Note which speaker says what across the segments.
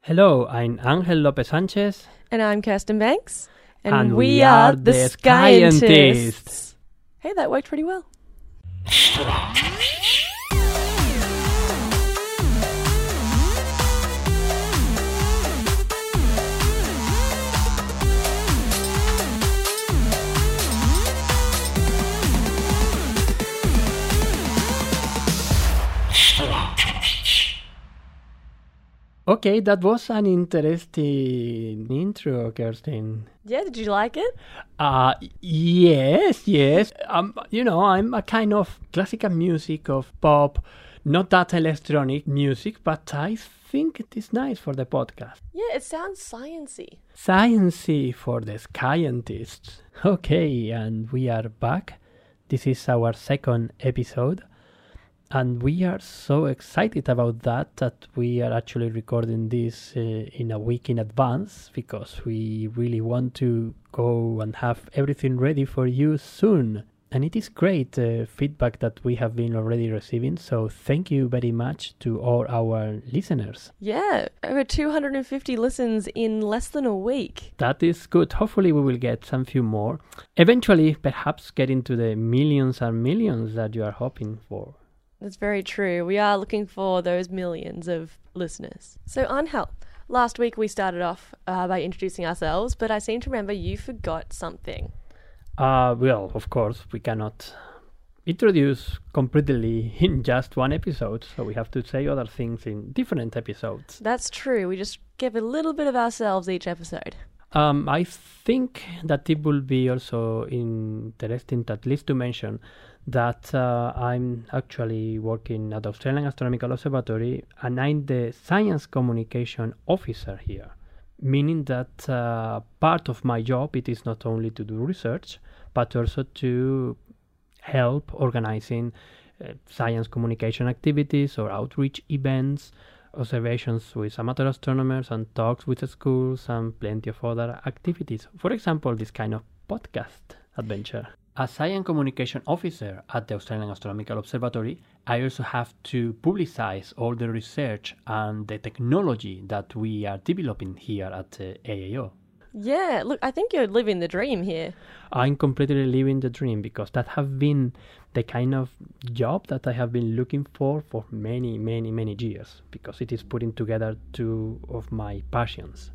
Speaker 1: Hello, I'm Angel Lopez Sanchez.
Speaker 2: And I'm Kirsten Banks.
Speaker 1: And we are the Scientists.
Speaker 2: Hey, that worked pretty well.
Speaker 1: Okay, that was an interesting intro, Kirsten.
Speaker 2: Yeah, did you like it?
Speaker 1: Uh, yes, yes. Um, you know, I'm a kind of classical music of pop, not that electronic music, but I think it is nice for the podcast.
Speaker 2: Yeah, it sounds sciency.
Speaker 1: Sciency for the scientists. Okay, and we are back. This is our second episode. And we are so excited about that that we are actually recording this uh, in a week in advance because we really want to go and have everything ready for you soon. And it is great uh, feedback that we have been already receiving. So thank you very much to all our listeners.
Speaker 2: Yeah, over 250 listens in less than a week.
Speaker 1: That is good. Hopefully, we will get some few more. Eventually, perhaps get into the millions and millions that you are hoping for.
Speaker 2: That's very true. We are looking for those millions of listeners. So, Angel, last week we started off uh, by introducing ourselves, but I seem to remember you forgot something.
Speaker 1: Uh, well, of course, we cannot introduce completely in just one episode, so we have to say other things in different episodes.
Speaker 2: That's true. We just give a little bit of ourselves each episode.
Speaker 1: Um, I think that it will be also interesting, at least to mention, that uh, I'm actually working at the Australian Astronomical Observatory and I'm the science communication officer here, meaning that uh, part of my job it is not only to do research but also to help organizing uh, science communication activities or outreach events, observations with amateur astronomers and talks with schools and plenty of other activities. For example, this kind of podcast adventure. As I am communication officer at the Australian Astronomical Observatory, I also have to publicize all the research and the technology that we are developing here at uh, the AAO.
Speaker 2: Yeah, look, I think you're living the dream here.
Speaker 1: I'm completely living the dream because that have been the kind of job that I have been looking for for many, many, many years because it is putting together two of my passions.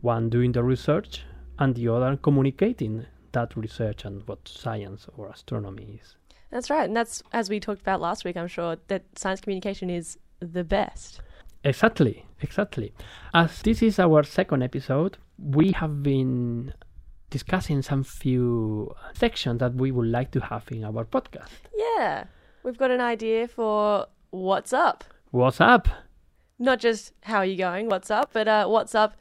Speaker 1: One doing the research and the other communicating that research and what science or astronomy is.
Speaker 2: That's right. And that's, as we talked about last week, I'm sure, that science communication is the best.
Speaker 1: Exactly, exactly. As this is our second episode, we have been discussing some few sections that we would like to have in our podcast.
Speaker 2: Yeah. We've got an idea for what's up.
Speaker 1: What's up?
Speaker 2: Not just how are you going, what's up, but uh, what's up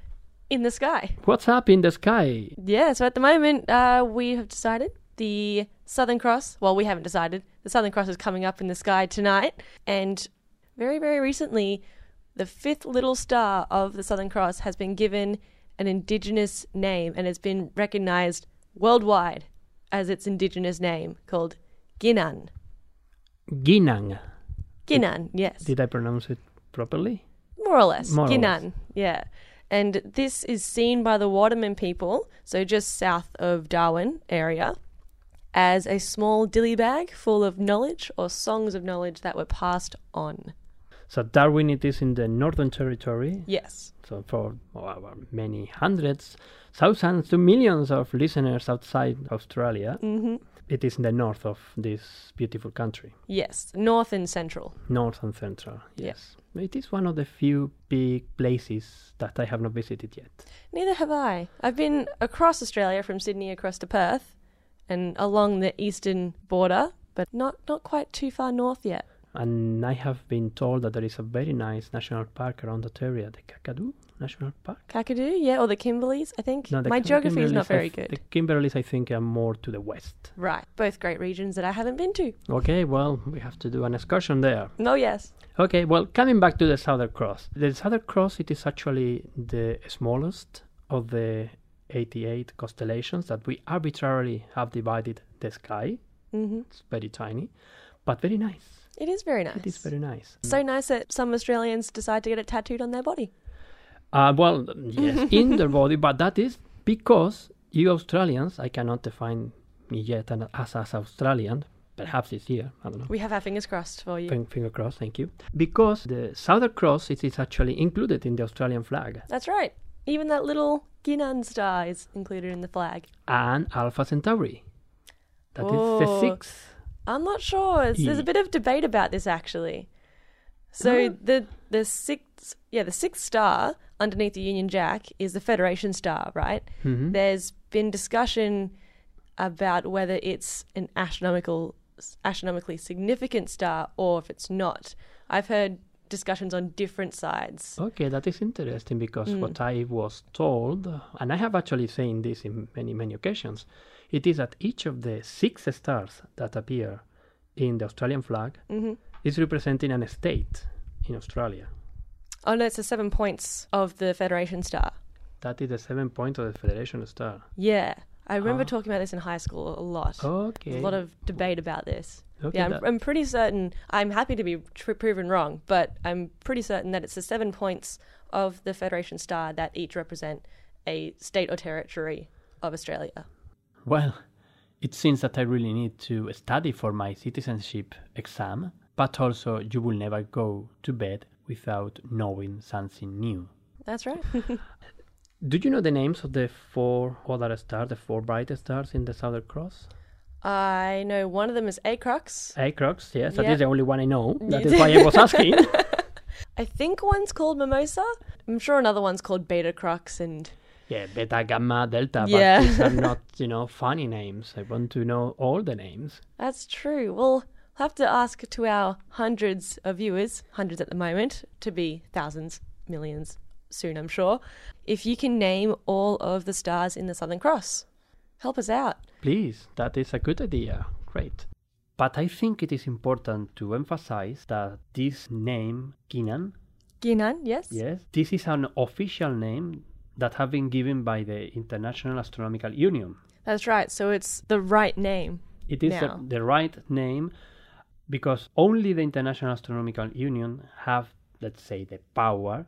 Speaker 2: in the sky.
Speaker 1: What's up in the sky?
Speaker 2: Yeah, so at the moment, uh, we have decided the Southern Cross. Well, we haven't decided. The Southern Cross is coming up in the sky tonight. And very, very recently, the fifth little star of the Southern Cross has been given an Indigenous name and has been recognized worldwide as its Indigenous name called Ginan.
Speaker 1: Ginang.
Speaker 2: Ginan, yes.
Speaker 1: Did I pronounce it properly?
Speaker 2: More or less.
Speaker 1: More or less.
Speaker 2: Ginan, yeah. And this is seen by the Waterman people, so just south of Darwin area, as a small dilly bag full of knowledge or songs of knowledge that were passed on.
Speaker 1: So Darwin, it is in the Northern Territory.
Speaker 2: Yes.
Speaker 1: So for our many hundreds, thousands to millions of listeners outside Australia,
Speaker 2: hmm
Speaker 1: it is in the north of this beautiful country,
Speaker 2: Yes. North and central.
Speaker 1: north and central.
Speaker 2: Yeah.
Speaker 1: Yes. It is one of the few big places that I have not visited yet.
Speaker 2: Neither have I. I've been across Australia from Sydney across to Perth and along the eastern border, but not, not quite too far north yet.
Speaker 1: And I have been told that there is a very nice national park around that area, the Kakadu National Park.
Speaker 2: Kakadu, yeah, or the Kimberleys, I think.
Speaker 1: the
Speaker 2: My
Speaker 1: Kim-
Speaker 2: geography is
Speaker 1: Kimberleys,
Speaker 2: not
Speaker 1: I
Speaker 2: very
Speaker 1: th-
Speaker 2: good.
Speaker 1: The Kimberleys, I think, are more to the west.
Speaker 2: Right. Both great regions that I haven't been to.
Speaker 1: Okay, well, we have to do an excursion there.
Speaker 2: No, yes.
Speaker 1: Okay, well, coming back to the Southern Cross. The Southern Cross, it is actually the smallest of the 88 constellations that we arbitrarily have divided the sky.
Speaker 2: hmm
Speaker 1: It's very tiny, but very nice.
Speaker 2: It is very nice.
Speaker 1: It is very nice.
Speaker 2: so nice that some Australians decide to get it tattooed on their body.
Speaker 1: Uh, well, yes, in their body, but that is because you Australians, I cannot define me yet and as, as Australian, perhaps this year, I don't know.
Speaker 2: We have our fingers crossed for you.
Speaker 1: Fing- Finger crossed, thank you. Because the Southern Cross it is actually included in the Australian flag
Speaker 2: That's right. Even that little Guinan star is included in the flag.
Speaker 1: and Alpha Centauri. That is the
Speaker 2: Oh.
Speaker 1: sixth.
Speaker 2: I'm not sure. It's- There's a
Speaker 1: Ye-
Speaker 2: bit of debate about this actually. So
Speaker 1: Huh?
Speaker 2: the the sixth yeah the sixth star underneath the Union Jack is the Federation star, right?
Speaker 1: Mhm.
Speaker 2: There's been discussion about whether it's an astronomical astronomically significant star or if it's not. I've heard discussions on different sides.
Speaker 1: Okay, that is interesting because
Speaker 2: Mm.
Speaker 1: what I was told, and I have actually seen this in many, many occasions, it is that each of the six stars that appear in the Australian flag
Speaker 2: Mm-hmm.
Speaker 1: is representing an state in Australia.
Speaker 2: Oh no, it's the seven points of the Federation star.
Speaker 1: That is the seven point of the Federation star.
Speaker 2: Yeah. I remember talking about this in high school a lot.
Speaker 1: Okay.
Speaker 2: There's a lot of debate about this.
Speaker 1: Okay,
Speaker 2: yeah, I'm,
Speaker 1: that-
Speaker 2: I'm pretty certain. I'm happy to be tr- proven wrong, but I'm pretty certain that it's the seven points of the Federation Star that each represent a state or territory of Australia.
Speaker 1: Well, it seems that I really need to study for my citizenship exam, but also you will never go to bed without knowing something new.
Speaker 2: That's right.
Speaker 1: Do you know the names of the four other stars, the four brightest stars in the Southern Cross?
Speaker 2: I know one of them is Acrox.
Speaker 1: Acrox, yes, that
Speaker 2: Yeah.
Speaker 1: is the only one I know. That is why I was asking.
Speaker 2: I think one's called Mimosa. I'm sure another one's called Beta Crux, and
Speaker 1: yeah, Beta, Gamma, Delta, but
Speaker 2: Yeah.
Speaker 1: these are not, you know, funny names. I want to know all the names.
Speaker 2: that's true. We'll have to ask to our hundreds of viewers, hundreds at the moment, to be thousands, millions soon, I'm sure, if you can name all of the stars in the Southern Cross. Help us out.
Speaker 1: Please, that is a good idea. Great. But I think it is important to emphasize that this name, Kinan,
Speaker 2: Ginan, yes?
Speaker 1: yes, this is an official name that have been given by the International Astronomical Union.
Speaker 2: That's right. So it's the right name.
Speaker 1: It is the,
Speaker 2: Now.
Speaker 1: the right name because only the International Astronomical Union have, let's say, the power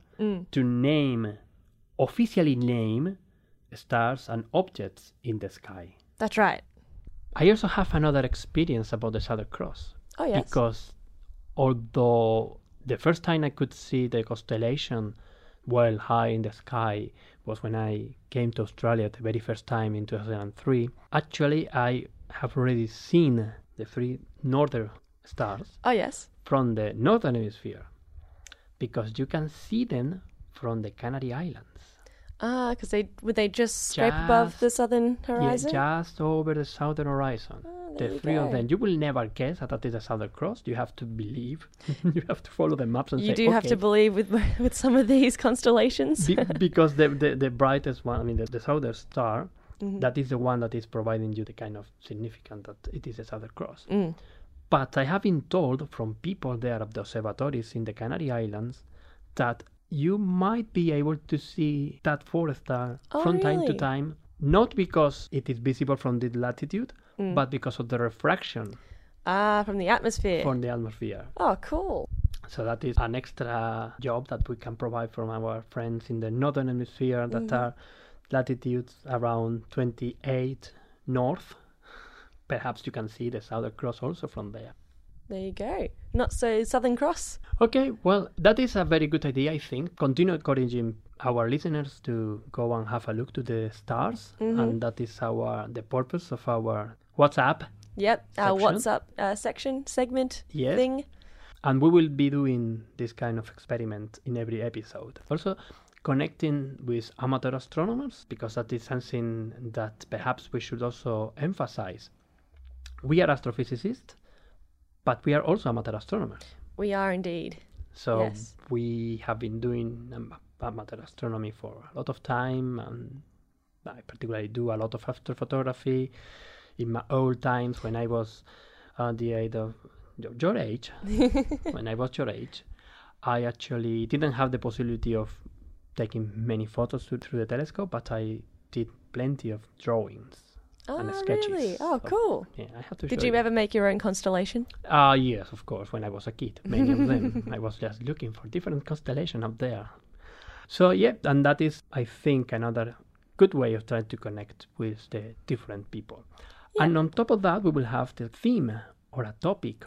Speaker 1: to name, officially name, stars and objects in the sky.
Speaker 2: That's right.
Speaker 1: I also have another experience about the Southern Cross
Speaker 2: Oh, yes.
Speaker 1: because although the first time I could see the constellation well high in the sky was when I came to Australia the very first time in 2003, actually I have already seen the three northern stars
Speaker 2: oh, yes.
Speaker 1: from the northern hemisphere because you can see them from the Canary Islands.
Speaker 2: Ah, because they would they just scrape above
Speaker 1: Just-
Speaker 2: the southern horizon?
Speaker 1: Yeah, just over the southern horizon.
Speaker 2: Oh, there
Speaker 1: the
Speaker 2: you
Speaker 1: three of
Speaker 2: go.
Speaker 1: them. You will never guess that that is the Southern Cross. You have to believe. you have to follow the maps and
Speaker 2: you
Speaker 1: say,
Speaker 2: do have to
Speaker 1: "Okay."
Speaker 2: believe with with some of these constellations.
Speaker 1: Be- because the, the the brightest one, I mean, the, the southern star,
Speaker 2: Mm-hmm.
Speaker 1: that is the one that is providing you the kind of significance that it is the Southern Cross.
Speaker 2: Mm.
Speaker 1: But I have been told from people there at the observatories in the Canary Islands that you might be able to see that four star
Speaker 2: Oh,
Speaker 1: from time to
Speaker 2: really?
Speaker 1: time, not because it is visible from this latitude,
Speaker 2: Mm.
Speaker 1: but because of the refraction
Speaker 2: ah, from the atmosphere.
Speaker 1: from the atmosphere.
Speaker 2: Oh, cool.
Speaker 1: So that is an extra job that we can provide from our friends in the northern hemisphere that are latitudes around 28 north. Perhaps you can see the Southern Cross also from there.
Speaker 2: There you go. Not so Southern Cross.
Speaker 1: Okay, well, that is a very good idea, I think. Continue encouraging our listeners to go and have a look to the stars, and that is our the purpose of our WhatsApp.
Speaker 2: Yep. Our
Speaker 1: Section.
Speaker 2: what's up uh, section segment
Speaker 1: Yes.
Speaker 2: thing.
Speaker 1: And we will be doing this kind of experiment in every episode. Also, connecting with amateur astronomers, because that is something that perhaps we should also emphasize. We are astrophysicists, but we are also amateur astronomers.
Speaker 2: We are indeed.
Speaker 1: So
Speaker 2: Yes.
Speaker 1: we have been doing um, amateur astronomy for a lot of time, and I particularly do a lot of astrophotography in my old times when I was uh, the age of your- your age. when I was your age, I actually didn't have the possibility of taking many photos through, through the telescope, but I did plenty of drawings.
Speaker 2: Oh,
Speaker 1: And sketches
Speaker 2: really? Oh,
Speaker 1: of-
Speaker 2: cool.
Speaker 1: Yeah, I have to.
Speaker 2: Did
Speaker 1: show
Speaker 2: you ever make your own constellation?
Speaker 1: Ah, yes, of course. When I was a kid, many of them. I was just looking for different constellations up there. So yeah, and that is, I think, another good way of trying to connect with the different people.
Speaker 2: Yeah.
Speaker 1: And on top of that, we will have the theme or a topic.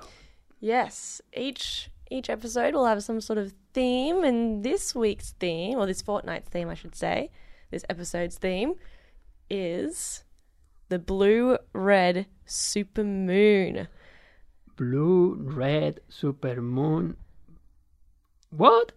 Speaker 2: Yes, each each episode will have some sort of theme, and this week's theme, or this fortnight's theme, I should say, this episode's theme is the blue red super moon.
Speaker 1: Blue, red, super moon. What?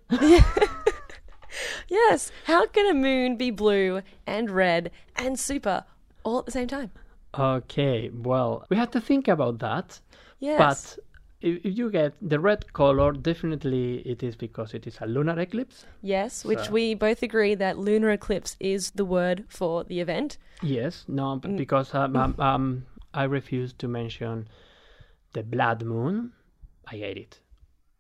Speaker 2: Yes, how can a moon be blue and red and super all at the same time?
Speaker 1: okay, well, we had to think about that.
Speaker 2: Yes,
Speaker 1: But if if you get the red color, definitely it is because it is a lunar eclipse.
Speaker 2: yes, which
Speaker 1: So-
Speaker 2: we both agree that lunar eclipse is the word for the event.
Speaker 1: Yes, no, b- because um, um, um, I refuse to mention the blood moon. I hate it.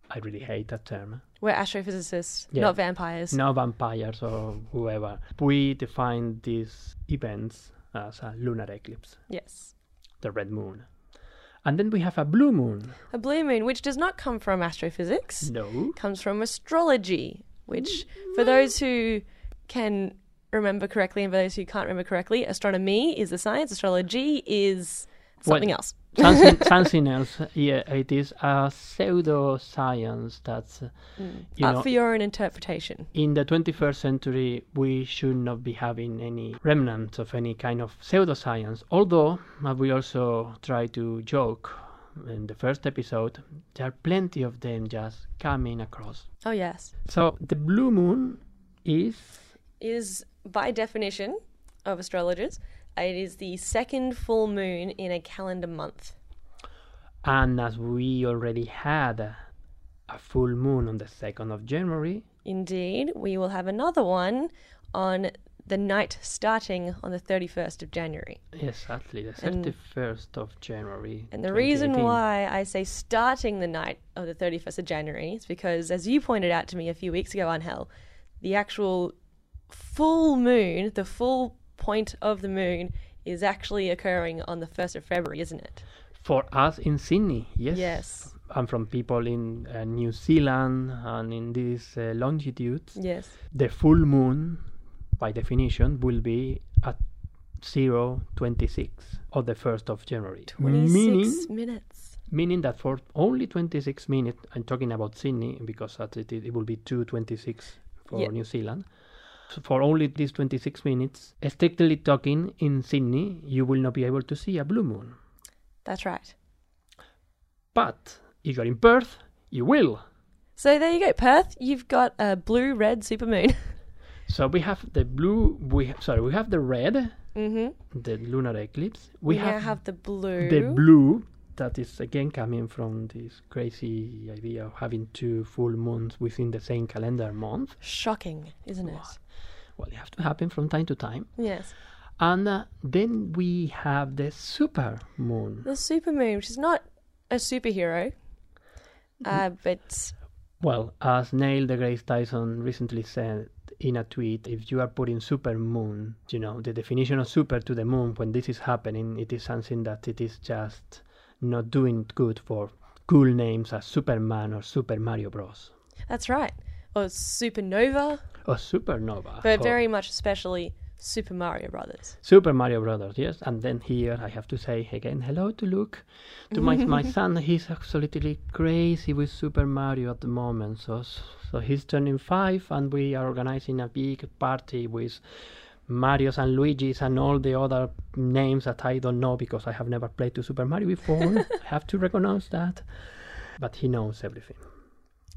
Speaker 1: I really hate that term.
Speaker 2: We're astrophysicists,
Speaker 1: Yeah.
Speaker 2: not vampires.
Speaker 1: No vampires or whoever. We define these events as a lunar eclipse,
Speaker 2: Yes.
Speaker 1: the red moon. And then we have a blue moon.
Speaker 2: A blue moon, which does not come from astrophysics,
Speaker 1: No.
Speaker 2: comes from astrology, which, for those who can remember correctly and for those who can't remember correctly, astronomy is the science, astrology is something
Speaker 1: Well-
Speaker 2: else.
Speaker 1: Something, something else. Yeah, it is a pseudoscience that's, uh, you
Speaker 2: Up
Speaker 1: know,
Speaker 2: for your own interpretation.
Speaker 1: in the 21st century, we should not be having any remnants of any kind of pseudoscience. Although, as we also try to joke in the first episode, there are plenty of them just coming across.
Speaker 2: Oh, yes.
Speaker 1: So, the blue moon is
Speaker 2: Is by definition of astrologers, it is the second full moon in a calendar month.
Speaker 1: And as we already had a full moon on the 2nd of January,
Speaker 2: Indeed, we will have another one on the night starting on the 31st of January.
Speaker 1: exactly the
Speaker 2: And-
Speaker 1: 31st of January.
Speaker 2: And the reason
Speaker 1: 2018.
Speaker 2: why I say starting the night of the 31st of January is because, as you pointed out to me a few weeks ago, Angel, the actual full moon, the full point of the moon, is actually occurring on the 1st of February, isn't it?
Speaker 1: For us in Sydney, yes.
Speaker 2: Yes.
Speaker 1: And from people in uh, New Zealand and in these uh, longitudes,
Speaker 2: Yes.
Speaker 1: the full moon, by definition, will be at 026 or the 1st of January.
Speaker 2: 26
Speaker 1: Meaning,
Speaker 2: minutes.
Speaker 1: meaning that for only 26 minutes, I'm talking about Sydney because that it, it will be 226 for
Speaker 2: Yeah.
Speaker 1: New Zealand. So for only these 26 minutes, strictly talking, in Sydney, you will not be able to see a blue moon.
Speaker 2: That's right.
Speaker 1: But if you're in Perth, you will.
Speaker 2: So there you go, Perth. You've got a blue red supermoon.
Speaker 1: So we have the blue. We ha- sorry, we have the red,
Speaker 2: mm-hmm.
Speaker 1: the lunar eclipse.
Speaker 2: We,
Speaker 1: We
Speaker 2: now
Speaker 1: have,
Speaker 2: have the blue.
Speaker 1: the blue that is again coming from this crazy idea of having two full moons within the same calendar month.
Speaker 2: Shocking, isn't it?
Speaker 1: Well, it has to happen from time to time.
Speaker 2: Yes.
Speaker 1: And uh, then we have the super moon.
Speaker 2: The supermoon, which is not a superhero,
Speaker 1: Mm-hmm.
Speaker 2: uh, but
Speaker 1: Well, as Neil deGrasse Tyson recently said in a tweet, if you are putting super moon, you know, the definition of super to the moon, when this is happening, it is something that it is just not doing good for cool names as Superman or Super Mario Bros.
Speaker 2: that's right. Or supernova,
Speaker 1: or Supernova.
Speaker 2: but
Speaker 1: or
Speaker 2: very much especially Super Mario Brothers.
Speaker 1: Super Mario Brothers, yes. And then here I have to say again hello to Luke, to my my son. He's absolutely crazy with Super Mario at the moment. So so he's turning five, and we are organizing a big party with Mario's and Luigi's and all the other names that I don't know because I have never played to Super Mario before. I have to recognize that. But he knows everything.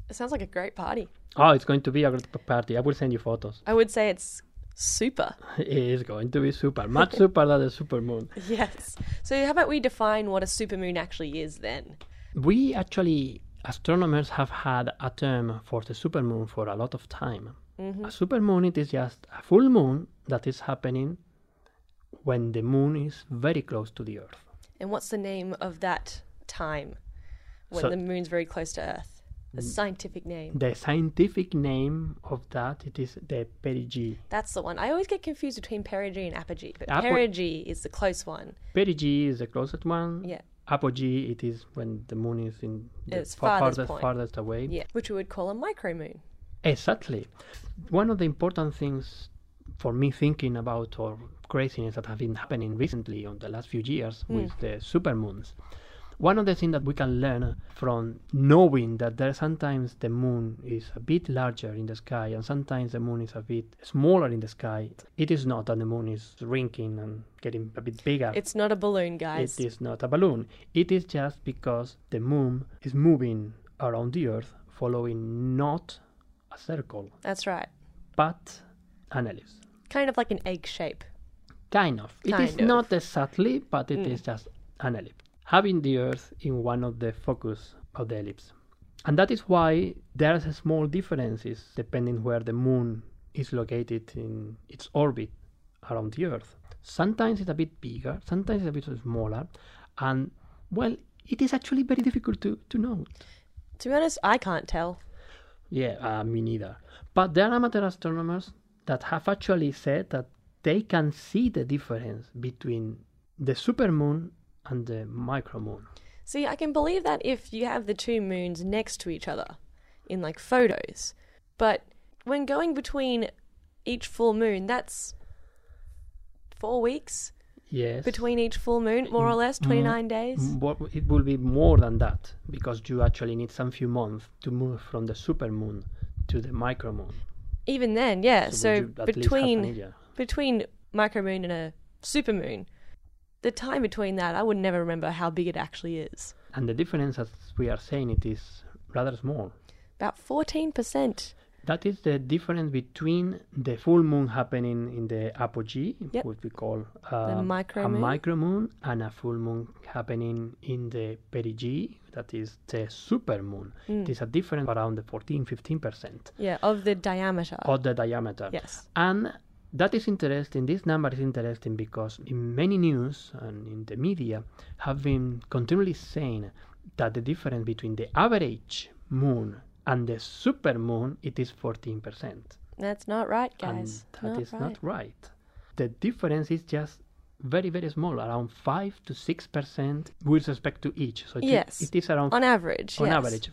Speaker 2: It sounds like a great party.
Speaker 1: Oh, it's going to be a great p- party. I will send you photos.
Speaker 2: I would say it's super.
Speaker 1: It is going to be super, much super than the super moon.
Speaker 2: Yes. So how about we define what a supermoon actually is then?
Speaker 1: We actually, astronomers, have had a term for the supermoon for a lot of time.
Speaker 2: Mm-hmm.
Speaker 1: A supermoon it is just a full moon that is happening when the moon is very close to the Earth.
Speaker 2: And what's the name of that time when
Speaker 1: So- Mm.
Speaker 2: the moon's very close to Earth? The scientific name.
Speaker 1: The scientific name of that it is the perigee.
Speaker 2: That's the one. I always get confused between perigee and apogee, but
Speaker 1: Apo-
Speaker 2: perigee is the close one.
Speaker 1: Perigee is the closest one.
Speaker 2: Yeah.
Speaker 1: Apogee it is when the moon is in the
Speaker 2: It's
Speaker 1: fa-
Speaker 2: farthest
Speaker 1: farthest,
Speaker 2: point.
Speaker 1: farthest away.
Speaker 2: Yeah, which we would call a micromoon.
Speaker 1: Exactly. One of the important things for me thinking about or craziness that have been happening recently on the last few years with the supermoons. One of the things that we can learn from knowing that there sometimes the moon is a bit larger in the sky and sometimes the moon is a bit smaller in the sky. It is not that the moon is shrinking and getting a bit bigger.
Speaker 2: It's not a balloon, guys.
Speaker 1: It is not a balloon. It is just because the moon is moving around the Earth, following not a circle,
Speaker 2: That's right.
Speaker 1: but an ellipse.
Speaker 2: Kind of like an egg shape.
Speaker 1: Kind of. it is
Speaker 2: Kind of. Mm.
Speaker 1: not exactly, but it is just an ellipse. Having the Earth in one of the focus of the ellipse. And that is why there's a small differences depending where the moon is located in its orbit around the Earth. Sometimes it's a bit bigger, sometimes it's a bit smaller, and well, it is actually very difficult to, to know.
Speaker 2: To be honest, I can't tell.
Speaker 1: Yeah, uh, me neither. But there are amateur astronomers that have actually said that they can see the difference between the supermoon and the micromoon.
Speaker 2: See, I can believe that if you have the two moons next to each other in like photos. But when going between each full moon, that's four weeks
Speaker 1: Yes.
Speaker 2: between each full moon, more or
Speaker 1: Mm-hmm.
Speaker 2: less, 29 days.
Speaker 1: M- what- It will be more than that because you actually need some few months to move from the supermoon to the micromoon.
Speaker 2: Even then, yeah. So,
Speaker 1: would you at least have an
Speaker 2: between
Speaker 1: idea?
Speaker 2: between micromoon and a supermoon, the time between that, I would never remember how big it actually is.
Speaker 1: And the difference, as we are saying, it is rather small.
Speaker 2: About 14%.
Speaker 1: That is the difference between the full moon happening in the apogee,
Speaker 2: Yep.
Speaker 1: what we call uh,
Speaker 2: micromoon.
Speaker 1: a micromoon, and a full moon happening in the perigee, that is the supermoon.
Speaker 2: Mm.
Speaker 1: It is a difference around the 14 15%
Speaker 2: Yeah, of the diameter.
Speaker 1: of the diameter.
Speaker 2: Yes.
Speaker 1: And that is interesting. This number is interesting because in many news and in the media have been continually saying that the difference between the average moon and the supermoon it is 14%.
Speaker 2: That's not right,
Speaker 1: And
Speaker 2: guys.
Speaker 1: Um, that is
Speaker 2: not right.
Speaker 1: not right. The difference is just very, very small, around 5 to 6% with respect to each. So it-
Speaker 2: Yes.
Speaker 1: it is around
Speaker 2: On average.
Speaker 1: on
Speaker 2: yes.
Speaker 1: average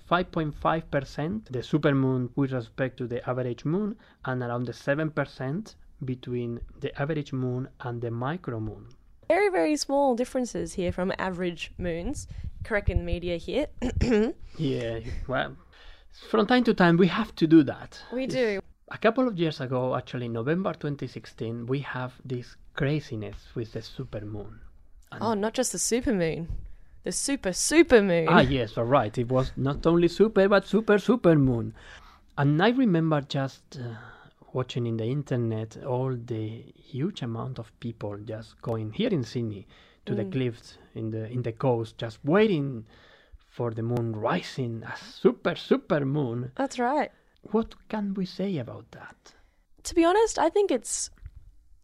Speaker 1: 5.5% the supermoon with respect to the average moon and around the 7% between the average moon and the micromoon
Speaker 2: Very, very small differences here from average moons. Correcting the media here.
Speaker 1: yeah well from time to time we have to do that
Speaker 2: we
Speaker 1: It's-
Speaker 2: do.
Speaker 1: a couple of years ago actually november 2016 we have this craziness with the supermoon
Speaker 2: Oh, not just the supermoon. The super, super moon.
Speaker 1: Ah, yes, all right. It was not only super, but super, super moon. And I remember just uh, watching in the internet all the huge amount of people just going here in Sydney to the cliffs in the in the coast, just waiting for the moon rising, a super, super moon.
Speaker 2: That's right.
Speaker 1: What can we say about that?
Speaker 2: to be honest, I think it's,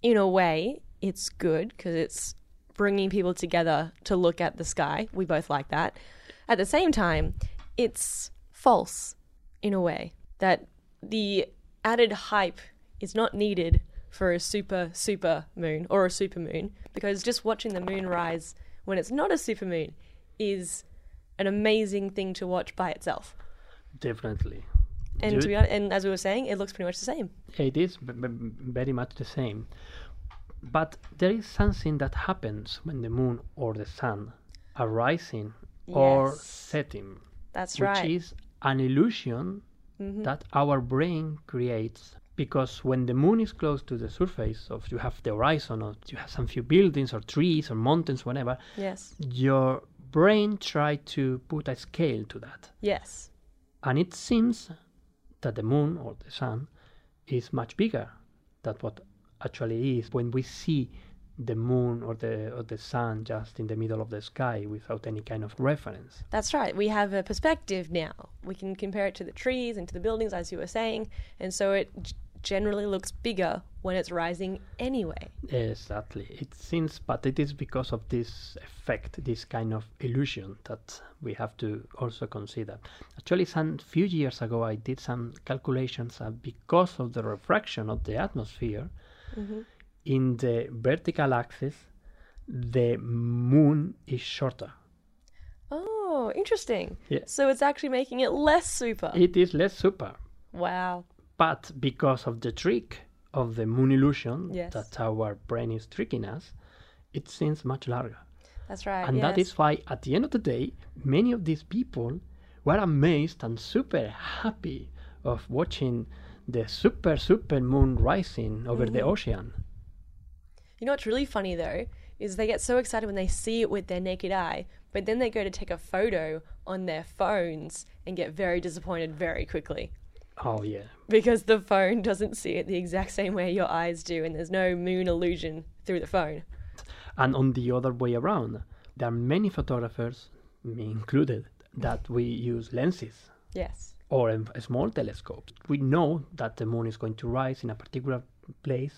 Speaker 2: in a way, it's good because it's bringing people together to look at the sky. We both like that. At the same time, it's false, in a way, that the added hype is not needed for a super, super moon or a super moon because just watching the moon rise when it's not a super moon is an amazing thing to watch by itself.
Speaker 1: Definitely.
Speaker 2: And
Speaker 1: Do-
Speaker 2: to be honest, and as we were saying, it looks pretty much the same.
Speaker 1: it is b- b- very much the same. But there is something that happens when the moon or the sun are rising or
Speaker 2: Yes.
Speaker 1: setting,
Speaker 2: That's
Speaker 1: which
Speaker 2: right. Mm-hmm.
Speaker 1: is an illusion that our brain creates. Because when the moon is close to the surface, of you have the horizon, or you have some few buildings or trees or mountains, whatever,
Speaker 2: yes.
Speaker 1: your brain try to put a scale to that,
Speaker 2: Yes.
Speaker 1: and it seems that the moon or the sun is much bigger than what actually is when we see the moon or the or the sun just in the middle of the sky without any kind of reference.
Speaker 2: That's right. We have a perspective now. We can compare it to the trees and to the buildings, as you were saying, and so it g- generally looks bigger when it's rising anyway.
Speaker 1: Exactly. It seems but it is because of this effect, this kind of illusion that we have to also consider. Actually some few years ago I did some calculations and because of the refraction of the atmosphere in the vertical axis the moon is shorter.
Speaker 2: Oh, interesting.
Speaker 1: Yeah.
Speaker 2: So it's actually making it less super.
Speaker 1: It is less super.
Speaker 2: wow.
Speaker 1: But because of the trick of the moon illusion
Speaker 2: Yes.
Speaker 1: that our brain is tricking us, it seems much larger.
Speaker 2: That's right.
Speaker 1: And that
Speaker 2: yes.
Speaker 1: is why, at the end of the day, many of these people were amazed and super happy of watching the super, super moon rising over the ocean.
Speaker 2: You know what's really funny though is they get so excited when they see it with their naked eye, but then they go to take a photo on their phones and get very disappointed very quickly
Speaker 1: Oh, yeah.
Speaker 2: because the phone doesn't see it the exact same way your eyes do, and there's no moon illusion through the phone.
Speaker 1: And on the other way around, there are many photographers, me included, that we use lenses
Speaker 2: Yes.
Speaker 1: or a, a small telescope. We know that the moon is going to rise in a particular place,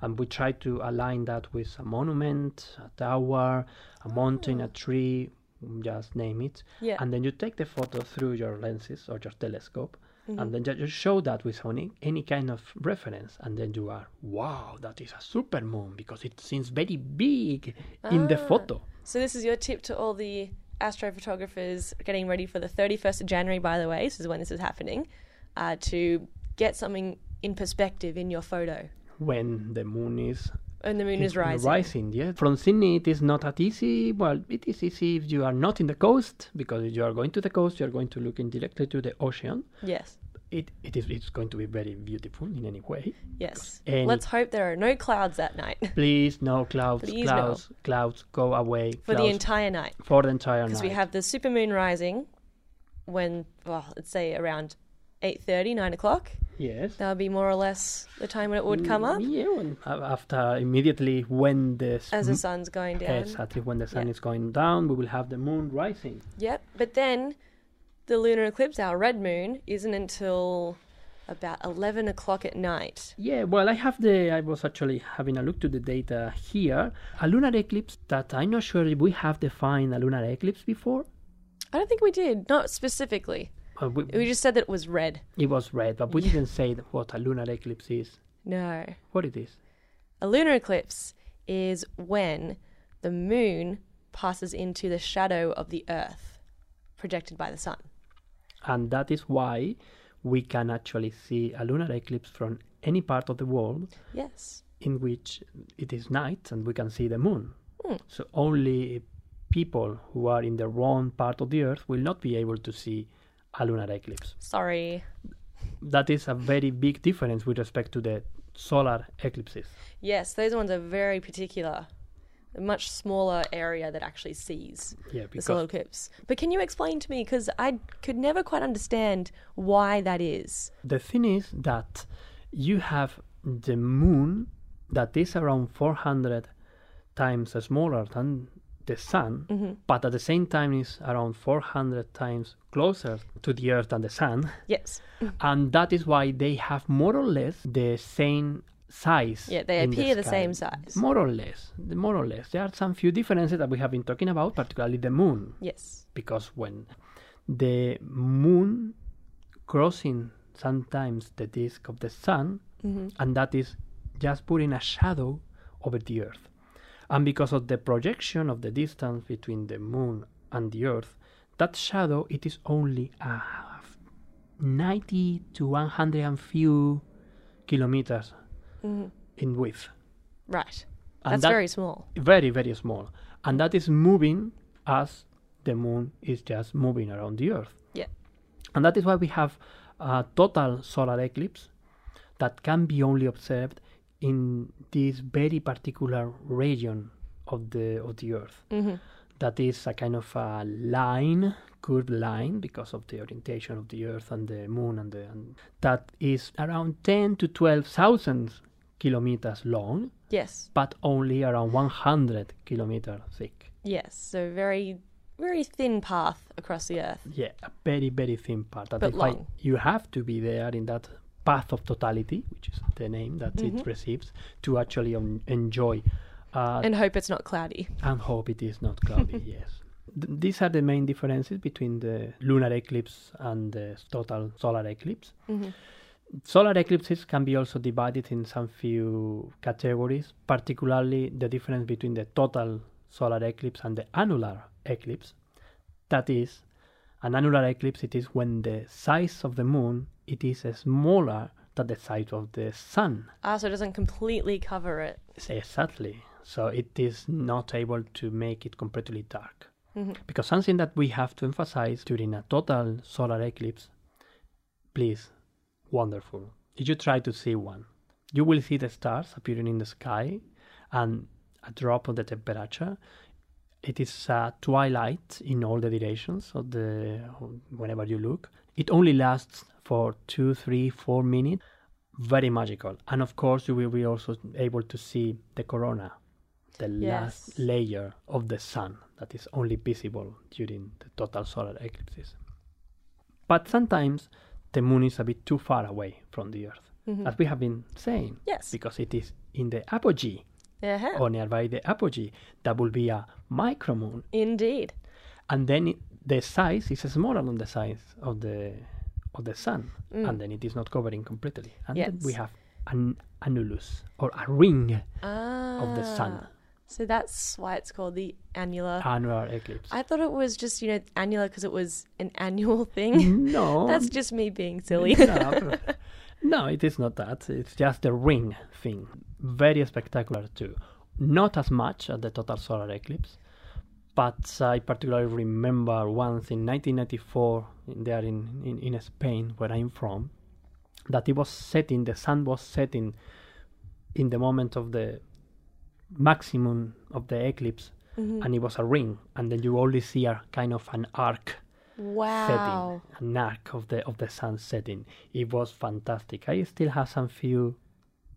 Speaker 1: and we try to align that with a monument, a tower, a mountain, a tree, just name it.
Speaker 2: Yeah.
Speaker 1: And then you take the photo through your lenses or your telescope, and then ju- you show that with any, any kind of reference, and then you are, wow, that is a super moon because it seems very big in the photo.
Speaker 2: So this is your tip to all the astrophotographers getting ready for the 31st of January. By the way, this is when this is happening, uh, to get something in perspective in your photo
Speaker 1: When the moon is
Speaker 2: and the moon is
Speaker 1: It's been
Speaker 2: rising.
Speaker 1: Rising, yeah. From Sydney, it is not that easy. Well, it is easy if you are not in the coast, because if you are going to the coast, you are going to look in directly to the ocean.
Speaker 2: Yes.
Speaker 1: It, it is it's going to be very beautiful in any way.
Speaker 2: Yes.
Speaker 1: Any-
Speaker 2: Let's hope there are no clouds that night
Speaker 1: Please, no clouds,
Speaker 2: Please no.
Speaker 1: clouds, clouds, go away.
Speaker 2: for the
Speaker 1: clouds,
Speaker 2: entire night
Speaker 1: for the entire night.
Speaker 2: because we have the supermoon rising when, well, let's say around 8.30, 9 o'clock.
Speaker 1: yes.
Speaker 2: That would be more or less the time when it would come up
Speaker 1: Yeah, when, a- after immediately when the s-
Speaker 2: as the sun's going down.
Speaker 1: exactly when the sun
Speaker 2: Yeah.
Speaker 1: is going down, we will have the moon rising.
Speaker 2: Yep. But then the lunar eclipse, our red moon, isn't until about 11 o'clock at night.
Speaker 1: Yeah, well, I have the. I was actually having a look to the data here. A lunar eclipse that I'm not sure if we have defined a lunar eclipse before.
Speaker 2: I don't think we did, not specifically.
Speaker 1: Uh, we,
Speaker 2: We just said that it was red.
Speaker 1: it was red, but we didn't say th- what a lunar eclipse is.
Speaker 2: No.
Speaker 1: What it is?
Speaker 2: A lunar eclipse is when the moon passes into the shadow of the earth projected by the sun.
Speaker 1: And that is why we can actually see a lunar eclipse from any part of the world
Speaker 2: Yes.
Speaker 1: in which it is night and we can see the moon. So only people who are in the wrong part of the earth will not be able to see a lunar eclipse.
Speaker 2: Sorry.
Speaker 1: that is a very big difference with respect to the solar eclipses.
Speaker 2: Yes, those ones are very particular. A much smaller area that actually sees
Speaker 1: Yeah,
Speaker 2: the
Speaker 1: because
Speaker 2: solar eclipse. But can you explain to me cuz I could never quite understand why that is.
Speaker 1: the thing is that you have the moon that is around 400 times smaller than the sun,
Speaker 2: Mm-hmm.
Speaker 1: but at the same time is around 400 times closer to the earth than the sun,
Speaker 2: Yes.
Speaker 1: and that is why they have more or less the same size.
Speaker 2: Yeah, they
Speaker 1: in
Speaker 2: appear the
Speaker 1: sky.
Speaker 2: same size.
Speaker 1: More or less, more or less. There are some few differences that we have been talking about, particularly the moon.
Speaker 2: Yes.
Speaker 1: because when the moon crossing sometimes the disk of the sun and that is just putting a shadow over the earth and because of the projection of the distance between the moon and the earth that shadow it is only a 90 to 100 and few kilometers in width
Speaker 2: Right.
Speaker 1: And
Speaker 2: That's
Speaker 1: that-
Speaker 2: very small.
Speaker 1: very very small and that is moving as the moon is just moving around the earth
Speaker 2: Yeah.
Speaker 1: and that is why we have a total solar eclipse that can be only observed in this very particular region of the of the earth That is a kind of a line curved line because of the orientation of the earth and the moon and the and that is around 10 to 12,000 kilometers long
Speaker 2: Yes.
Speaker 1: but only around 100 kilometers thick.
Speaker 2: Yes. So very very thin path across the earth.
Speaker 1: Yeah, a very, very thin part. That
Speaker 2: But
Speaker 1: is why
Speaker 2: long.
Speaker 1: you have to be there in that path of totality, which is the name that it
Speaker 2: Mm-hmm.
Speaker 1: receives, to actually um, enjoy uh,
Speaker 2: And hope it's not cloudy.
Speaker 1: and hope it is not cloudy, yes. Th- these are the main differences between the lunar eclipse and the total solar eclipse. Solar eclipses can be also divided in some few categories, particularly the difference between the total solar eclipse and the annular eclipse. That is, an annular eclipse it is when the size of the moon it is smaller at the side of the sun.
Speaker 2: Ah, so it doesn't completely cover it.
Speaker 1: S- Exactly. So it is not able to make it completely dark.
Speaker 2: Mhm.
Speaker 1: Because something that we have to emphasize during a total solar eclipse, please, wonderful. If you try to see one, you will see the stars appearing in the sky and a drop of the temperature. It is a twilight in all the directions of the whenever you look. It only lasts for two, three, four minutes very magical. And of course, you will be also able to see the corona, the
Speaker 2: Yes.
Speaker 1: last layer of the sun that is only visible during the total solar eclipses. But sometimes the moon is a bit too far away from the Earth, as we have been saying,
Speaker 2: Yes.
Speaker 1: because it is in the apogee
Speaker 2: Uh-huh.
Speaker 1: or nearby the apogee. That will be a micromoon,
Speaker 2: Indeed.
Speaker 1: and then it, the size is smaller than the size of the of the sun, and then it is not covering completely. And then we
Speaker 2: Mm. Yes.
Speaker 1: have an annulus or a ring
Speaker 2: Ah.
Speaker 1: of the sun,
Speaker 2: So that's why it's called the annular.
Speaker 1: annular eclipse.
Speaker 2: Ah. I thought it was just, you know, annular because it was an annual thing.
Speaker 1: no,
Speaker 2: that's just me being silly.
Speaker 1: no, but- no, it is not that. It's just the ring thing. Very spectacular too. Not as much as the total solar eclipse, but I particularly remember once in 1994, in- there in, in, in Spain, where I'm from, that it was setting, the sun was setting in the moment of the maximum of the eclipse, and it was a ring, and then you only see a kind of an arc
Speaker 2: wow.
Speaker 1: setting, an arc of the of the sun setting. It was fantastic. I still have some few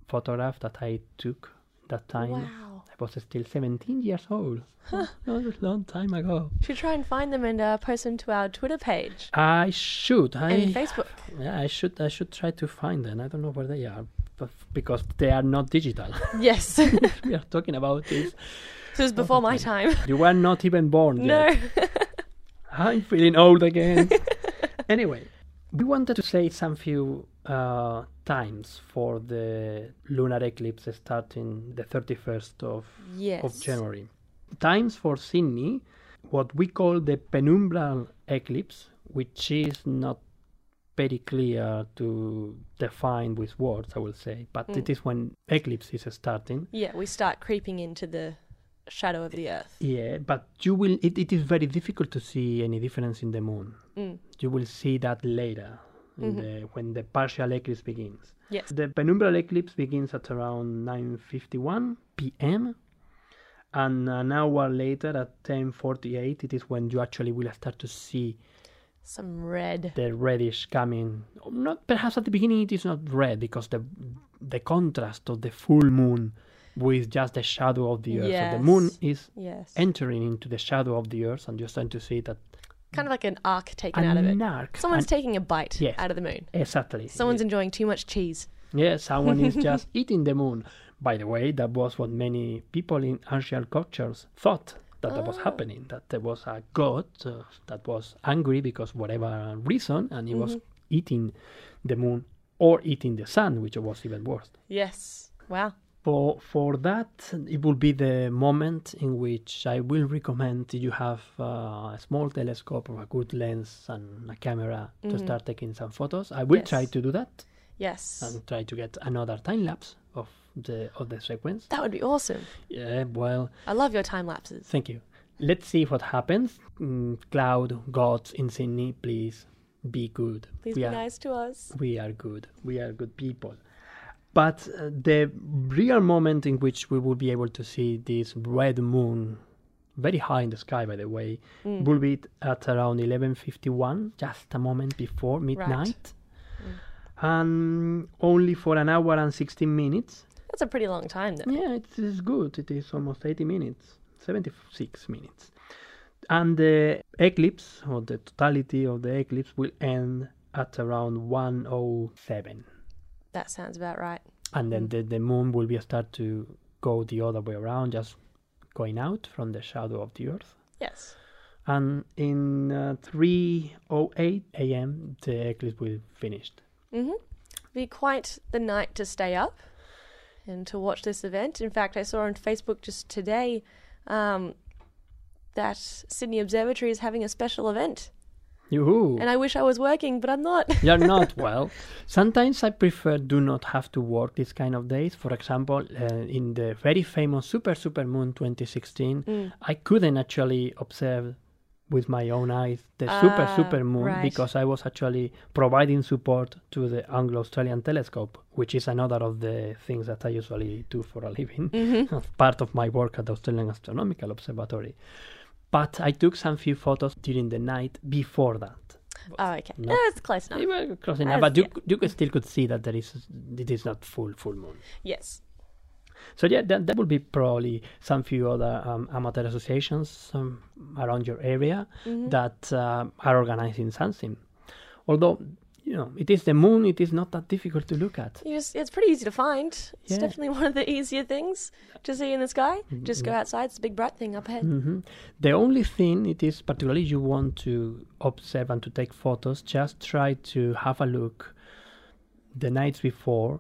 Speaker 1: photographs that I took that time.
Speaker 2: Wow.
Speaker 1: I was still 17 years old. Not a long time ago.
Speaker 2: Should try and find them and uh, post them to our Twitter page
Speaker 1: I should. I
Speaker 2: and Facebook.
Speaker 1: yeah, I should. I should try to find them. I don't know where they are, but because they are not digital.
Speaker 2: Yes. so it
Speaker 1: we are talking about this.
Speaker 2: was before my time.
Speaker 1: You were not even born yet.
Speaker 2: No.
Speaker 1: I'm feeling old again. anyway, we wanted to say some few uh, times for the lunar eclipse starting the 31st of,
Speaker 2: yes.
Speaker 1: of January. Times for Sydney, what we call the penumbral eclipse, which is not very clear to define with words, I will say, but it is when eclipse is starting.
Speaker 2: Yeah, we start creeping into the shadow of the earth.
Speaker 1: Yeah, but you will. It, it is very difficult to see any difference in the moon.
Speaker 2: Mm.
Speaker 1: You will see that later in the, when the partial eclipse begins.
Speaker 2: Mm-hmm. Yes.
Speaker 1: The penumbral eclipse begins at around 9:51 p.m. and an hour later at 10:48 it is when you actually will start to see
Speaker 2: Some red.
Speaker 1: the reddish coming. Not perhaps at the beginning it is not red because the the contrast of the full moon with just the shadow of the earth. So the moon
Speaker 2: Yes.
Speaker 1: is
Speaker 2: Yes.
Speaker 1: entering into the shadow of the earth and you're starting to see that
Speaker 2: kind of like an arc taken out of it.
Speaker 1: an arc.
Speaker 2: Someone's
Speaker 1: an-
Speaker 2: taking a bite
Speaker 1: Yes.
Speaker 2: out of the moon.
Speaker 1: exactly.
Speaker 2: Someone's enjoying too much cheese.
Speaker 1: yeah, someone is just eating the moon. By the way, that was what many people in ancient cultures thought that that was
Speaker 2: Oh.
Speaker 1: happening. That there was a god uh, that was angry because whatever reason, and he was
Speaker 2: Mm-hmm.
Speaker 1: eating the moon or eating the sun, which was even worse.
Speaker 2: Yes. Wow.
Speaker 1: For for that, it will be the moment in which I will recommend you have uh, a small telescope or a good lens and a camera to start taking some photos. I will
Speaker 2: Yes.
Speaker 1: try to do that
Speaker 2: Yes.
Speaker 1: and try to get another time lapse of the of the sequence.
Speaker 2: that would be awesome.
Speaker 1: Yeah, well,
Speaker 2: I love your time lapses.
Speaker 1: thank you. Let's see what happens. Mm, cloud gods in Sydney, please be good.
Speaker 2: Please
Speaker 1: we
Speaker 2: be
Speaker 1: are
Speaker 2: nice to us.
Speaker 1: we are good. We are good people. But uh, the real moment in which we will be able to see this red moon, very high in the sky, by the way,
Speaker 2: Mm.
Speaker 1: will be at around 11:51, just a moment before midnight, and only for an hour and 16 minutes.
Speaker 2: That's a pretty long time, though.
Speaker 1: Yeah, it is good. It is almost 80 minutes, 76 minutes. And the eclipse, or the totality of the eclipse, will end at around 107.
Speaker 2: That sounds about right.
Speaker 1: And then the, the moon will be start to go the other way around, just going out from the shadow of the earth.
Speaker 2: Yes.
Speaker 1: And in uh, 3.08 a.m., the eclipse will be finished.
Speaker 2: be quite the night to stay up and to watch this event. In fact, I saw on Facebook just today um, that Sydney Observatory is having a special event
Speaker 1: Yoo-hoo.
Speaker 2: and I wish I was working, but I'm not.
Speaker 1: You're not well. Sometimes I prefer do not have to work these kind of days. For example, uh, in the very famous super super moon 2016, I couldn't actually observe with my own eyes the super
Speaker 2: Ah,
Speaker 1: super moon
Speaker 2: right.
Speaker 1: because I was actually providing support to the Anglo-Australian Telescope, which is another of the things that I usually do for a living,
Speaker 2: Mm-hmm.
Speaker 1: part of my work at the Australian Astronomical Observatory. But I took some few photos during the night before that.
Speaker 2: oh, okay.
Speaker 1: No.
Speaker 2: No. it's close enough.
Speaker 1: They were close
Speaker 2: As-
Speaker 1: enough, but you,
Speaker 2: yeah.
Speaker 1: you could still could see that there is it is not full full moon.
Speaker 2: Yes.
Speaker 1: So yeah, that, that would be probably some few other um, amateur associations um, around your area
Speaker 2: Mm-hmm.
Speaker 1: that uh, are organizing something. Although you know it is the moon, it is not that difficult to look at.
Speaker 2: You just, it's pretty easy to find. It's
Speaker 1: Yeah. Mm-hmm.
Speaker 2: definitely one of the easier things to see in the sky. Just go outside. It's a big bright thing up ahead.
Speaker 1: hmm The only thing it is particularly you want to observe and to take photos, just try to have a look the nights before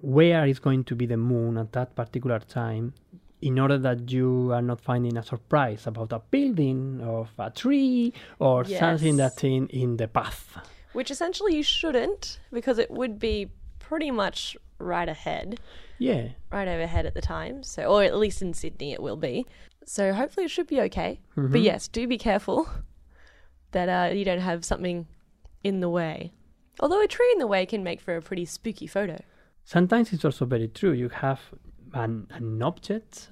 Speaker 1: where is going to be the moon at that particular time in order that you are not finding a surprise about a building of a tree or something
Speaker 2: Yes.
Speaker 1: that's in, in the path.
Speaker 2: Which essentially you shouldn't because it would be pretty much right ahead,
Speaker 1: Yeah.
Speaker 2: right overhead at the time. So, or at least in Sydney it will be. So hopefully it should be okay. But yes, do be careful that uh, you don't have something in the way. Although a tree in the way can make for a pretty spooky photo.
Speaker 1: Sometimes it's also very true. You have an, an object,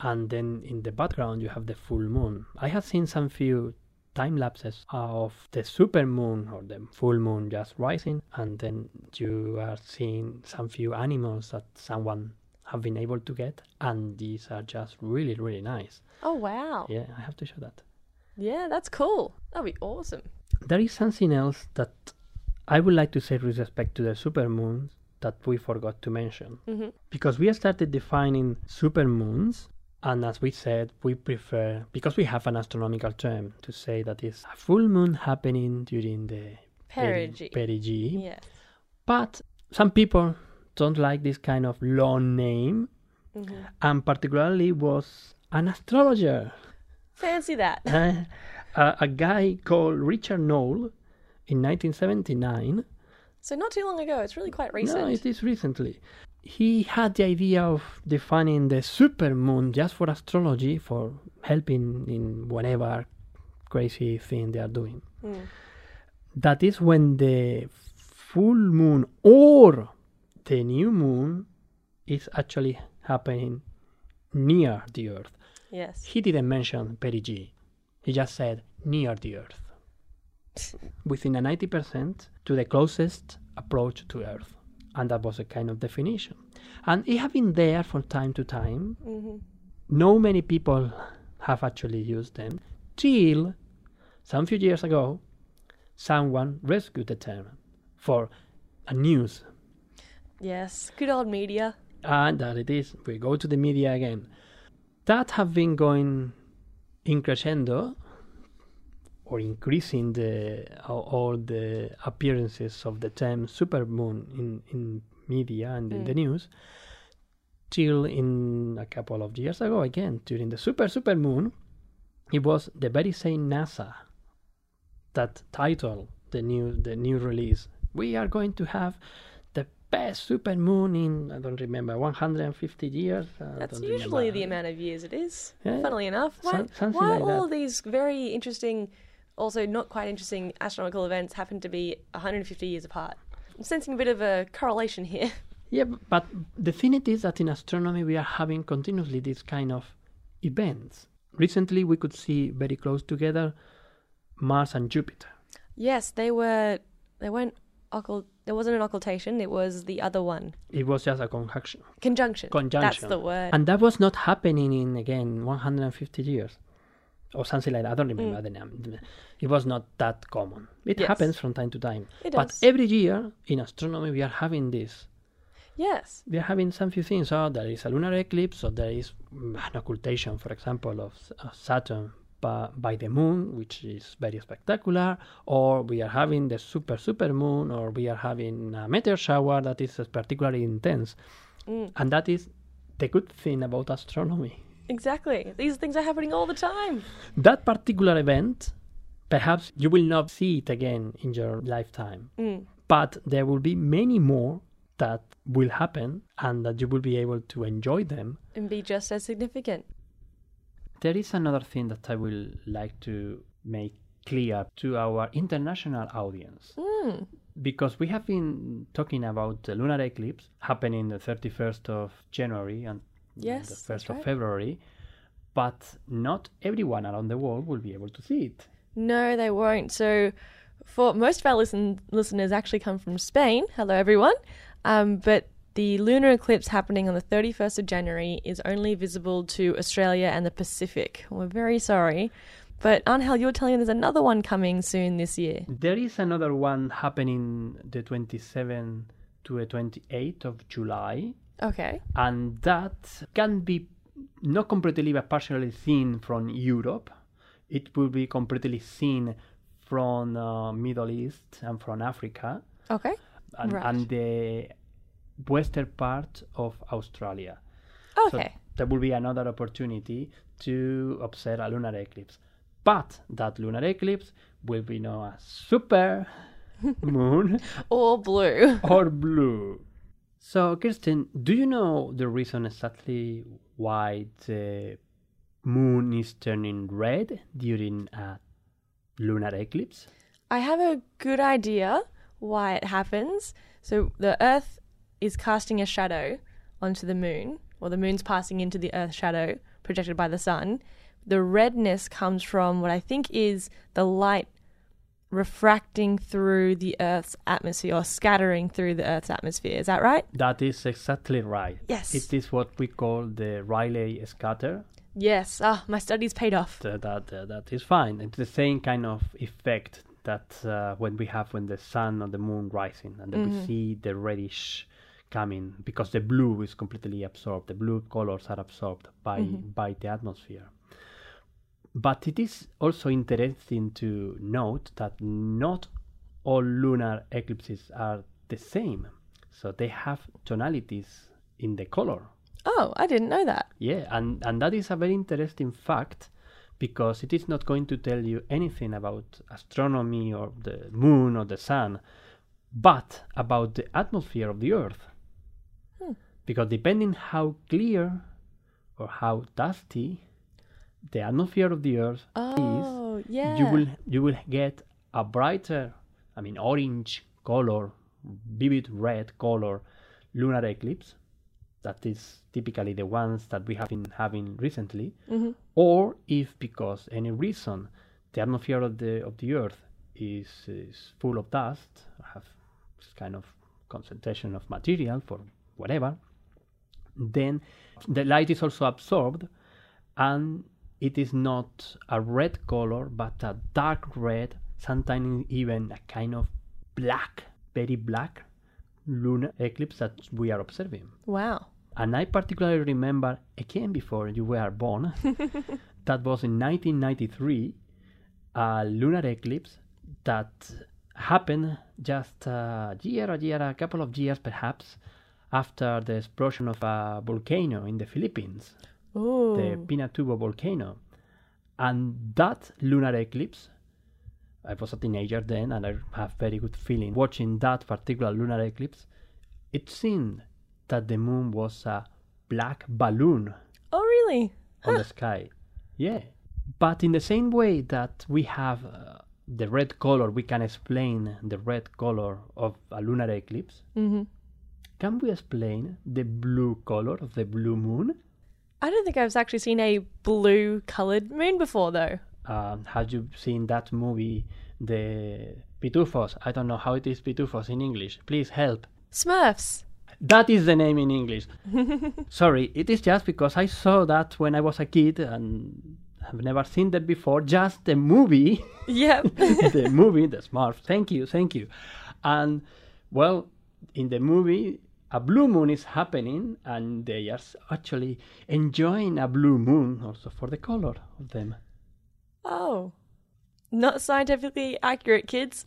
Speaker 1: and then in the background you have the full moon. I have seen some few time lapses of the super moon or the full moon just rising, and then you are seeing some few animals that someone have been able to get, and these are just really really nice.
Speaker 2: Oh wow!
Speaker 1: Yeah, I have to show that.
Speaker 2: Yeah, that's cool. That'd be awesome.
Speaker 1: There is something else that I would like to say with respect to the supermoons that we forgot to mention.
Speaker 2: Mhm.
Speaker 1: Because we started defining supermoons, and as we said, we prefer, because we have an astronomical term, to say that it's a full moon happening during the peri-
Speaker 2: Perigee.
Speaker 1: perigee.
Speaker 2: Yes.
Speaker 1: But some people don't like this kind of long name,
Speaker 2: Mm-hmm.
Speaker 1: and particularly was an astrologer.
Speaker 2: Fancy that.
Speaker 1: Uh, a, a guy called Richard Knoll in 1979.
Speaker 2: So not too long ago. It's really quite recent.
Speaker 1: No, it is recently. He had the idea of defining the supermoon just for astrology, for helping in whatever crazy thing they are doing.
Speaker 2: Mm.
Speaker 1: That is when the full moon or the new moon is actually happening near the Earth.
Speaker 2: yes.
Speaker 1: He didn't mention perigee. He just said near the Earth. Within a 90% to the closest approach to Earth. And that was a kind of definition. And it have been there from time to time.
Speaker 2: Mm-hmm.
Speaker 1: No many people have actually used them till some few years ago someone rescued the term for a news
Speaker 2: Yes. Good old media.
Speaker 1: and that it is. We go to the media again. That have been going in crescendo or increasing the all- all the appearances of the term supermoon in, in media and in the
Speaker 2: Mm.
Speaker 1: news till in a couple of years ago again during the super supermoon it was the very same NASA that title the new the new release we are going to have the best supermoon in I don't remember 150 years I
Speaker 2: That's
Speaker 1: don't
Speaker 2: usually the
Speaker 1: remember.
Speaker 2: amount of years it is.
Speaker 1: Yeah.
Speaker 2: Funnily enough, why,
Speaker 1: Some- something
Speaker 2: why
Speaker 1: like
Speaker 2: all these very interesting, also not quite interesting astronomical events happen to be 150 years apart? I'm sensing a bit of a correlation here.
Speaker 1: Yeah, b- but the thing it is that in astronomy we are having continuously these kind of events. Recently, we could see very close together Mars and Jupiter.
Speaker 2: Yes, they were. They weren't. Occult, there wasn't an occultation. It was the other one.
Speaker 1: It was just a conjunction.
Speaker 2: Conjunction. That's
Speaker 1: conjunction.
Speaker 2: the word.
Speaker 1: And that was not happening in again 150 years or something like that. I don't remember the name. It was not that common. It
Speaker 2: Mm. Yes.
Speaker 1: happens from time to time.
Speaker 2: It
Speaker 1: but
Speaker 2: does.
Speaker 1: every year in astronomy we are having this.
Speaker 2: yes.
Speaker 1: We are having some few things. So there is a lunar eclipse, or there is mm, an occultation, for example, of, S- of Saturn by, by the moon, which is very spectacular, or we are having the super super moon, or we are having a meteor shower that is particularly intense. And that is the good thing about astronomy.
Speaker 2: Exactly. These things are happening all the time.
Speaker 1: That particular event Perhaps you will not see it again in your lifetime,
Speaker 2: Mm.
Speaker 1: but there will be many more that will happen and that you will be able to enjoy them.
Speaker 2: And be just as significant.
Speaker 1: There is another thing that I will like to make clear to our international audience
Speaker 2: Mm.
Speaker 1: because we have been talking about the lunar eclipse happening the 31st of January and
Speaker 2: Yes,
Speaker 1: the 1st
Speaker 2: that's
Speaker 1: of
Speaker 2: right.
Speaker 1: February, but not everyone around the world will be able to see it.
Speaker 2: No, they won't. So, for most of our listen- listeners, actually come from Spain. Hello, everyone. Um, but the lunar eclipse happening on the 31st of January is only visible to Australia and the Pacific. We're very sorry. But, Angel, you were telling me there's another one coming soon this year.
Speaker 1: There is another one happening the 27th to the 28th of July,
Speaker 2: Okay.
Speaker 1: and that can be not completely but partially seen from Europe. It will be completely seen from uh, Middle East and from Africa.
Speaker 2: Okay.
Speaker 1: and,
Speaker 2: Right.
Speaker 1: and the western part of Australia.
Speaker 2: Okay.
Speaker 1: So there will be another opportunity to observe a lunar eclipse. But that lunar eclipse will be known as super moon
Speaker 2: All blue.
Speaker 1: or blue. So, Kirsten, do you know the reason exactly why the moon is turning red during a lunar eclipse?
Speaker 2: I have a good idea why it happens. So the Earth is casting a shadow onto the moon, or the moon's passing into the Earth's shadow projected by the sun. The redness comes from what I think is the light refracting through the Earth's atmosphere or scattering through the Earth's atmosphere. Is that right?
Speaker 1: That is exactly right.
Speaker 2: Yes.
Speaker 1: It is what we call the Rayleigh scatter.
Speaker 2: Yes. Ah, my studies paid off.
Speaker 1: Th- that uh, that is fine. It's the same kind of effect that uh, when we have when the sun or the moon rising and then we see the reddish coming because the blue is completely absorbed. The blue colors are absorbed by by the atmosphere. But it is also interesting to note that not all lunar eclipses are the same. So they have tonalities in the color.
Speaker 2: Oh, I didn't know that.
Speaker 1: Yeah, and, and that is a very interesting fact because it is not going to tell you anything about astronomy or the moon or the sun, but about the atmosphere of the Earth. Because depending how clear or how dusty the atmosphere of the Earth is,
Speaker 2: Oh, yeah.
Speaker 1: you will you will get a brighter, I mean orange color, vivid red color lunar eclipse. That is typically the ones that we have been having recently. Or if because any reason the atmosphere of the of the Earth is, is full of dust, have this kind of concentration of material for whatever, then the light is also absorbed and it is not a red color but a dark red sometimes even a kind of black very black lunar eclipse that we are observing
Speaker 2: Wow.
Speaker 1: and i particularly remember again before you were born that was in 1993 a lunar eclipse that happened just a year a year a couple of years perhaps after the explosion of a volcano in the philippines
Speaker 2: Ooh.
Speaker 1: the Pinatubo volcano. And that lunar eclipse, I was a teenager then and I have very good feeling watching that particular lunar eclipse, it seemed that the moon was a black balloon
Speaker 2: Oh, really?
Speaker 1: on the sky. Yeah. But in the same way that we have uh, the red color, we can explain the red color of a lunar eclipse.
Speaker 2: Mm-hmm.
Speaker 1: Can we explain the blue color of the blue moon?
Speaker 2: I don't think I've actually seen a blue coloured moon before, though.
Speaker 1: um, have you seen that movie, the Pitufos? I don't know how it is Pitufos in English. Please help.
Speaker 2: Smurfs.
Speaker 1: That is the name in English. Sorry, it is just because I saw that when I was a kid and have never seen that before. Just the movie,
Speaker 2: Yep.
Speaker 1: the movie, the Smurf. Thank you, thank you. And well, in the movie, a blue moon is happening, and they are actually enjoying a blue moon also for the color of them.
Speaker 2: oh. Not scientifically accurate, kids.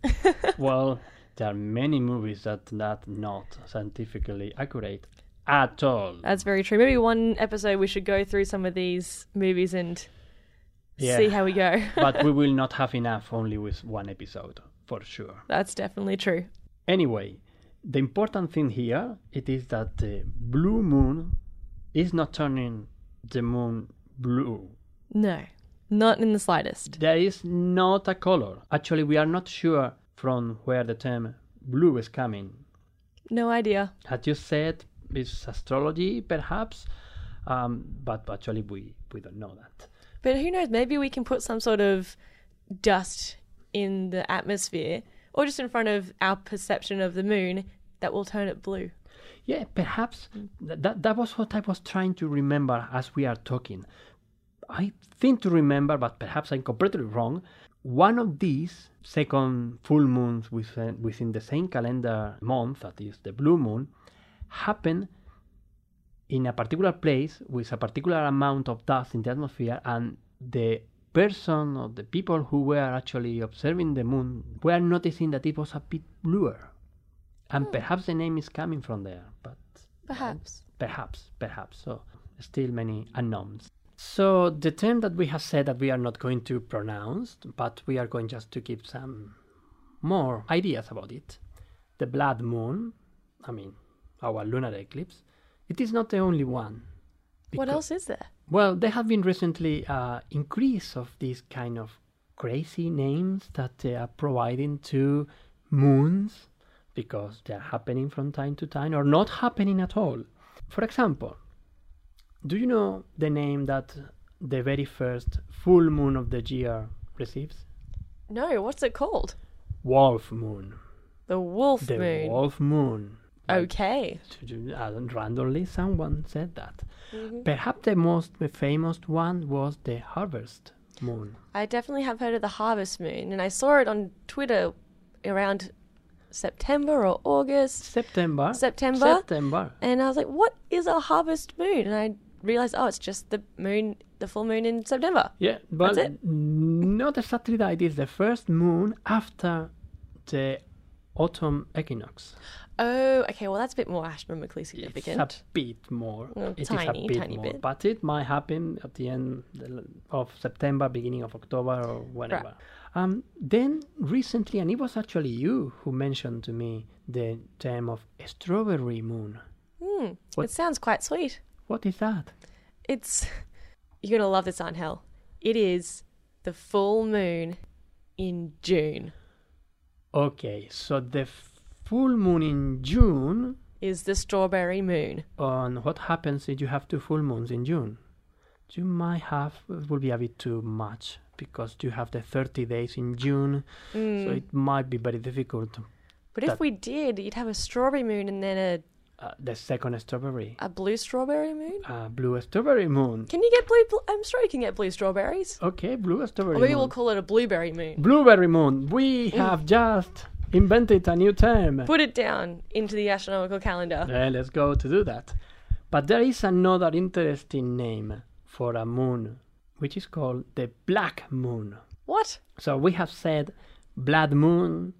Speaker 1: Well, there are many movies that that not scientifically accurate at all.
Speaker 2: That's very true. Maybe one episode we should go through some of these movies and
Speaker 1: Yeah.
Speaker 2: see how we go.
Speaker 1: but we will not have enough only with one episode, for sure.
Speaker 2: That's definitely true.
Speaker 1: Anyway, the important thing here it is that the blue moon is not turning the moon blue.
Speaker 2: No, not in the slightest.
Speaker 1: There is not a color. Actually, we are not sure from where the term blue is coming.
Speaker 2: No idea.
Speaker 1: As you said, it's astrology, perhaps, um, but actually we, we don't know that.
Speaker 2: But who knows? Maybe we can put some sort of dust in the atmosphere or just in front of our perception of the moon that will turn it blue.
Speaker 1: Yeah, perhaps th- that that was what I was trying to remember as we are talking. I think to remember, but perhaps I'm completely wrong. One of these second full moons within, within the same calendar month, that is the blue moon, happened in a particular place with a particular amount of dust in the atmosphere, and the person or the people who were actually observing the moon were noticing that it was a bit bluer. And
Speaker 2: Hmm.
Speaker 1: perhaps the name is coming from there, but
Speaker 2: Perhaps.
Speaker 1: perhaps, perhaps. So, still many unknowns. So, the term that we have said that we are not going to pronounce, but we are going just to give some more ideas about it. The blood moon, I mean, our lunar eclipse, it is not the only one.
Speaker 2: What
Speaker 1: Becau-
Speaker 2: else is there?
Speaker 1: Well, there have been recently uh, increase of these kind of crazy names that they are providing to moons because they are happening from time to time or not happening at all. For example, do you know the name that the very first full moon of the year receives?
Speaker 2: No, what's it called?
Speaker 1: Wolf moon.
Speaker 2: The wolf
Speaker 1: The
Speaker 2: moon.
Speaker 1: wolf moon.
Speaker 2: Okay.
Speaker 1: to do- uh, randomly someone said that. Perhaps the most famous one was the harvest moon.
Speaker 2: I definitely have heard of the harvest moon and I saw it on Twitter around September or August.
Speaker 1: September.
Speaker 2: September?
Speaker 1: September.
Speaker 2: And I was like, what is a harvest moon? And I realized, oh, it's just the moon, the full moon in September.
Speaker 1: Yeah, but
Speaker 2: That's it?
Speaker 1: not exactly that. It is the first moon after the autumn equinox.
Speaker 2: Oh, okay. Well, that's a bit more astronomically
Speaker 1: It's
Speaker 2: significant.
Speaker 1: a bit more.
Speaker 2: Mm,
Speaker 1: It is
Speaker 2: tiny,
Speaker 1: a bit
Speaker 2: tiny
Speaker 1: more,
Speaker 2: bit.
Speaker 1: but it might happen at the end the- of September, beginning of October, or whenever. Um, then recently, and it was actually you who mentioned to me the term of strawberry moon.
Speaker 2: Hmm.
Speaker 1: What-
Speaker 2: It sounds quite sweet.
Speaker 1: What is that?
Speaker 2: It's you're gonna love this, Aunt Hell. It is the full moon in June.
Speaker 1: Okay, so the full moon in June
Speaker 2: Is the strawberry moon?
Speaker 1: on what happens if you have two full moons in June. You might have it will be a bit too much because you have the 30 days in June,
Speaker 2: Mm.
Speaker 1: so it might be very difficult.
Speaker 2: But if
Speaker 1: That-
Speaker 2: we did, you'd have a strawberry moon and then
Speaker 1: Uh, the second strawberry,
Speaker 2: a, a blue strawberry moon.
Speaker 1: uh, blue strawberry moon.
Speaker 2: Can you get blue? Bl- I'm sure you can get blue strawberries.
Speaker 1: Okay, blue strawberry
Speaker 2: Or maybe
Speaker 1: moon.
Speaker 2: we'll call it a blueberry moon.
Speaker 1: Blueberry moon. We have just invented a new term.
Speaker 2: Put it down into the astronomical calendar.
Speaker 1: Yeah, let's go to do that. But there is another interesting name for a moon, which is called the black moon.
Speaker 2: What?
Speaker 1: So we have said blood moon,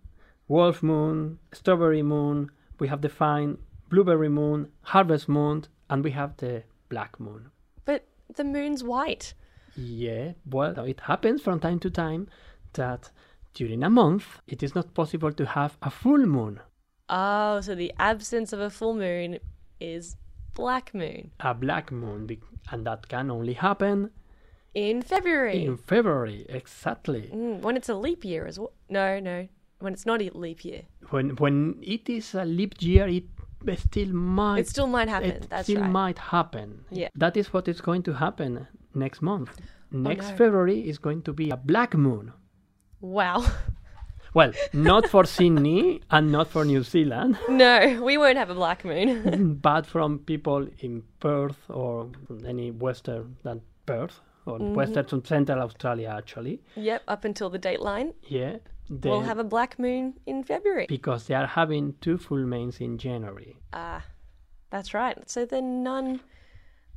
Speaker 1: wolf moon, strawberry moon, we have defined blueberry moon, harvest moon, and we have the black moon.
Speaker 2: But the moon's white.
Speaker 1: Yeah, well, it happens from time to time that during a month it is not possible to have a full moon.
Speaker 2: Oh, so the absence of a full moon is black moon
Speaker 1: A black moon, be- and that can only happen
Speaker 2: in February.
Speaker 1: in February, exactly.
Speaker 2: Mm, when it's a leap year as well. No, no. When it's not a leap year.
Speaker 1: When when it is a leap year, it still might
Speaker 2: It still might happen.
Speaker 1: it
Speaker 2: That's
Speaker 1: still
Speaker 2: right.
Speaker 1: might happen.
Speaker 2: Yeah.
Speaker 1: That is what is going to happen next month. Next
Speaker 2: no.
Speaker 1: February is going to be a black moon.
Speaker 2: Wow.
Speaker 1: Well, not for Sydney and not for New Zealand,
Speaker 2: no, we won't have a black moon.
Speaker 1: but from people in Perth or any western than Perth or
Speaker 2: Mm-hmm.
Speaker 1: western to central Australia actually.
Speaker 2: yep, up until the dateline,
Speaker 1: Yeah. They,
Speaker 2: we'll have a black moon in February.
Speaker 1: because they are having two full moons in January,
Speaker 2: Ah, that's right. So then none,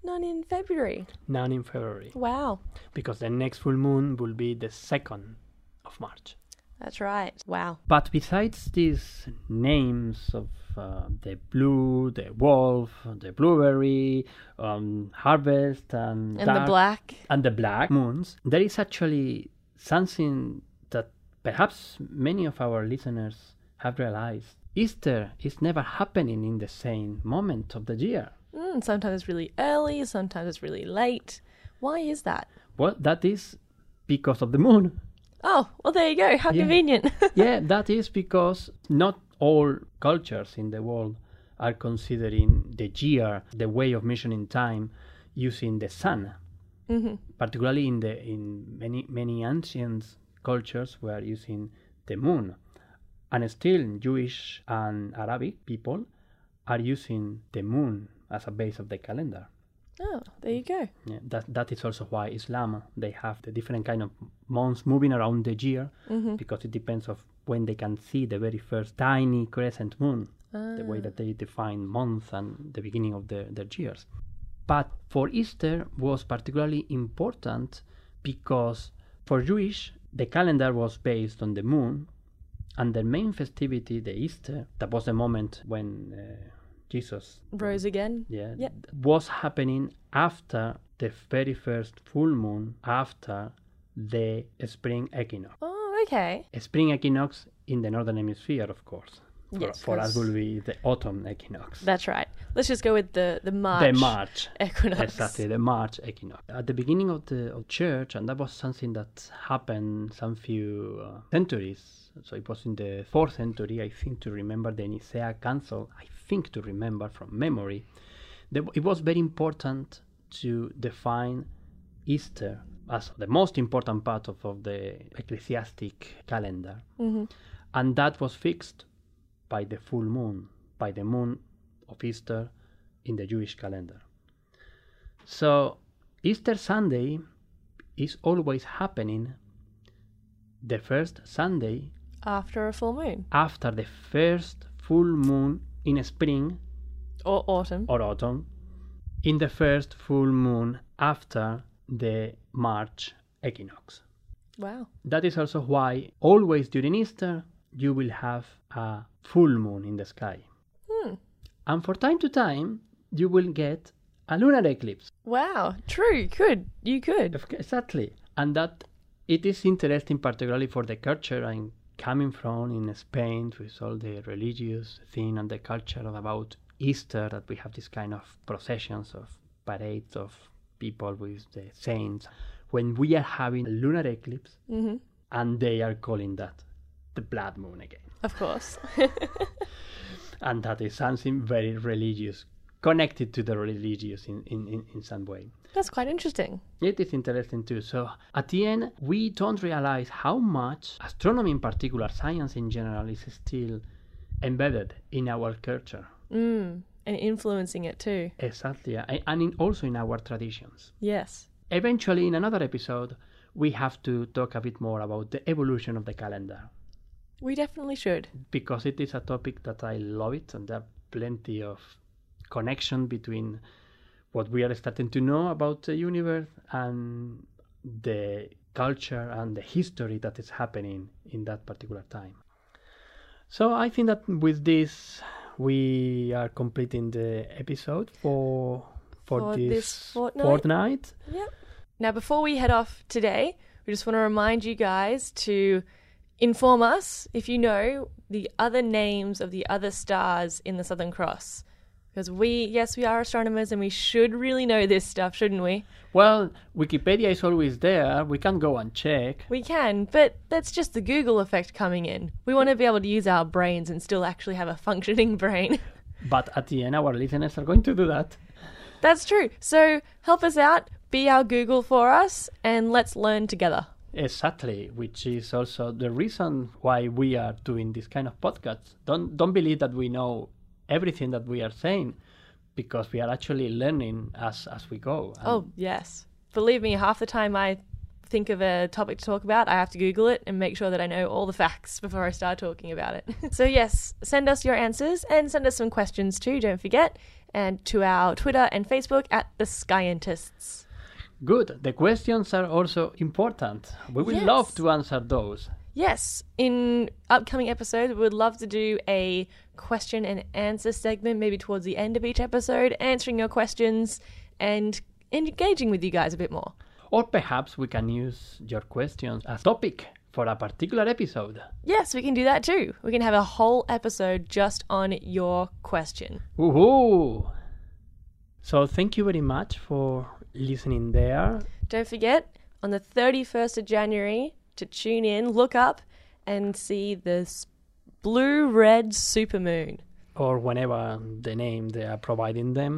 Speaker 2: none in February.
Speaker 1: none in February,
Speaker 2: Wow.
Speaker 1: because the next full moon will be the second of March.
Speaker 2: That's right. Wow.
Speaker 1: But besides these names of uh, the blue, the wolf, the blueberry, um, harvest, and,
Speaker 2: and the
Speaker 1: dark-
Speaker 2: black.
Speaker 1: and the black moons, there is actually something that perhaps many of our listeners have realized. Easter is never happening in the same moment of the year.
Speaker 2: Mm, sometimes it's really early, sometimes it's really late. Why is that?
Speaker 1: Well, that is because of the moon.
Speaker 2: Oh, well, there you go. How
Speaker 1: Yeah.
Speaker 2: convenient.
Speaker 1: yeah, that is because not all cultures in the world are considering the year, the way of measuring time, using the sun.
Speaker 2: Mhm.
Speaker 1: Particularly in the in many many ancient cultures, were using the moon, and still Jewish and Arabic people are using the moon as a base of the calendar.
Speaker 2: oh, there you go.
Speaker 1: Yeah, that that is also why Islam they have the different kind of months moving around the year because it depends of when they can see the very first tiny crescent moon, the way that they define month and the beginning of their, their years. But for Easter was particularly important because for Jewish the calendar was based on the moon and their main festivity, the Easter, that was the moment when uh, Jesus
Speaker 2: Rose again.
Speaker 1: yeah,
Speaker 2: Yeah.
Speaker 1: th- was happening after the very first full moon after the spring equinox.
Speaker 2: Oh, okay.
Speaker 1: Spring equinox in the northern hemisphere, of course. For,
Speaker 2: Yes,
Speaker 1: for us
Speaker 2: 'cause-
Speaker 1: will be the autumn equinox.
Speaker 2: That's right. Let's just go with the, the March.
Speaker 1: The March.
Speaker 2: Equinox.
Speaker 1: Exactly, the March equinox. At the beginning of the of church, and that was something that happened some few uh, centuries. So it was in the fourth century, I think, to remember the Nicea Council. I think to remember from memory, the, it was very important to define Easter as the most important part of, of the ecclesiastic calendar, and that was fixed by the full moon, by the moon of Easter in the Jewish calendar. So Easter Sunday is always happening the first Sunday
Speaker 2: After a full moon
Speaker 1: after the first full moon in spring
Speaker 2: or autumn.
Speaker 1: or autumn, in the first full moon after the March equinox.
Speaker 2: Wow.
Speaker 1: That is also why always during Easter you will have a full moon in the sky.
Speaker 2: Hmm.
Speaker 1: And for time to time you will get a lunar eclipse.
Speaker 2: Wow. True. Could. You could.
Speaker 1: Of course, Exactly. And that it is interesting, particularly for the culture I'm coming from in Spain, with all the religious thing and the culture of about Easter, that we have this kind of processions of parades of people with the saints. When we are having a lunar eclipse,
Speaker 2: hmm
Speaker 1: and they are calling that the blood moon again.
Speaker 2: Of course.
Speaker 1: And that is something very religious, connected to the religious in, in, in, in some way.
Speaker 2: That's quite interesting.
Speaker 1: It is interesting too. So, at the end, we don't realize how much astronomy, in particular, science in general, is still embedded in our culture.
Speaker 2: Mm. And influencing it too.
Speaker 1: Exactly. a- And in, also in our traditions.
Speaker 2: Yes.
Speaker 1: Eventually, in another episode, we have to talk a bit more about the evolution of the calendar
Speaker 2: We definitely should.
Speaker 1: because it is a topic that I love it, and there are plenty of connection between what we are starting to know about the universe and the culture and the history that is happening in that particular time. So I think that with this we are completing the episode for for,
Speaker 2: For
Speaker 1: this,
Speaker 2: this fortnight.
Speaker 1: fortnight.
Speaker 2: Yep. Now, before we head off today, we just want to remind you guys to inform us if you know the other names of the other stars in the Southern Cross. Because we, yes, we are astronomers and we should really know this stuff, shouldn't we?
Speaker 1: Well, Wikipedia is always there. We can go and check.
Speaker 2: We can, but that's just the Google effect coming in. We want to be able to use our brains and still actually have a functioning brain.
Speaker 1: But at the end our listeners are going to do that.
Speaker 2: that's true. So help us out, be our Google for us, and let's learn together.
Speaker 1: Exactly, which is also the reason why we are doing this kind of podcasts. Don't don't believe that we know everything that we are saying, because we are actually learning as as we go. And
Speaker 2: Oh, yes. Believe me, half the time I think of a topic to talk about, I have to Google it and make sure that I know all the facts before I start talking about it. so, yes, send us your answers and send us some questions too, don't forget, and to our Twitter and Facebook at The Scientists.
Speaker 1: Good. The questions are also important. We will love
Speaker 2: Yes.
Speaker 1: to answer those.
Speaker 2: Yes, in upcoming episodes, we would love to do a question and answer segment, maybe towards the end of each episode, answering your questions and engaging with you guys a bit more.
Speaker 1: Or perhaps we can use your questions as topic for a particular episode.
Speaker 2: Yes, we can do that too. We can have a whole episode just on your question.
Speaker 1: Woohoo! So thank you very much for listening there.
Speaker 2: Don't forget, on the 31st of January, to tune in, look up, and see this blue red supermoon.
Speaker 1: or whenever the name they are providing them.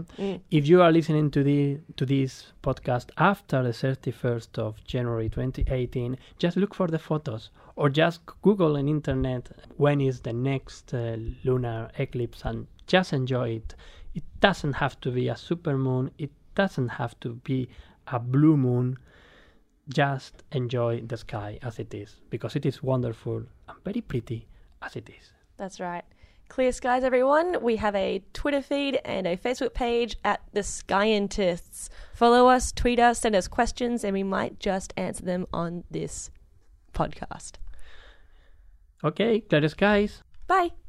Speaker 1: If you are listening to the to this podcast after the 31st of January 2018, just look for the photos or just Google on internet when is the next uh, lunar eclipse and just enjoy it. It doesn't have to be a supermoon. It doesn't have to be a blue moon. Just enjoy the sky as it is because it is wonderful and very pretty as it is.
Speaker 2: That's right. Clear skies, everyone. We have a Twitter feed and a Facebook page at The Scientists. Follow us, tweet us, send us questions, and we might just answer them on this podcast.
Speaker 1: Okay, clear skies.
Speaker 2: Bye.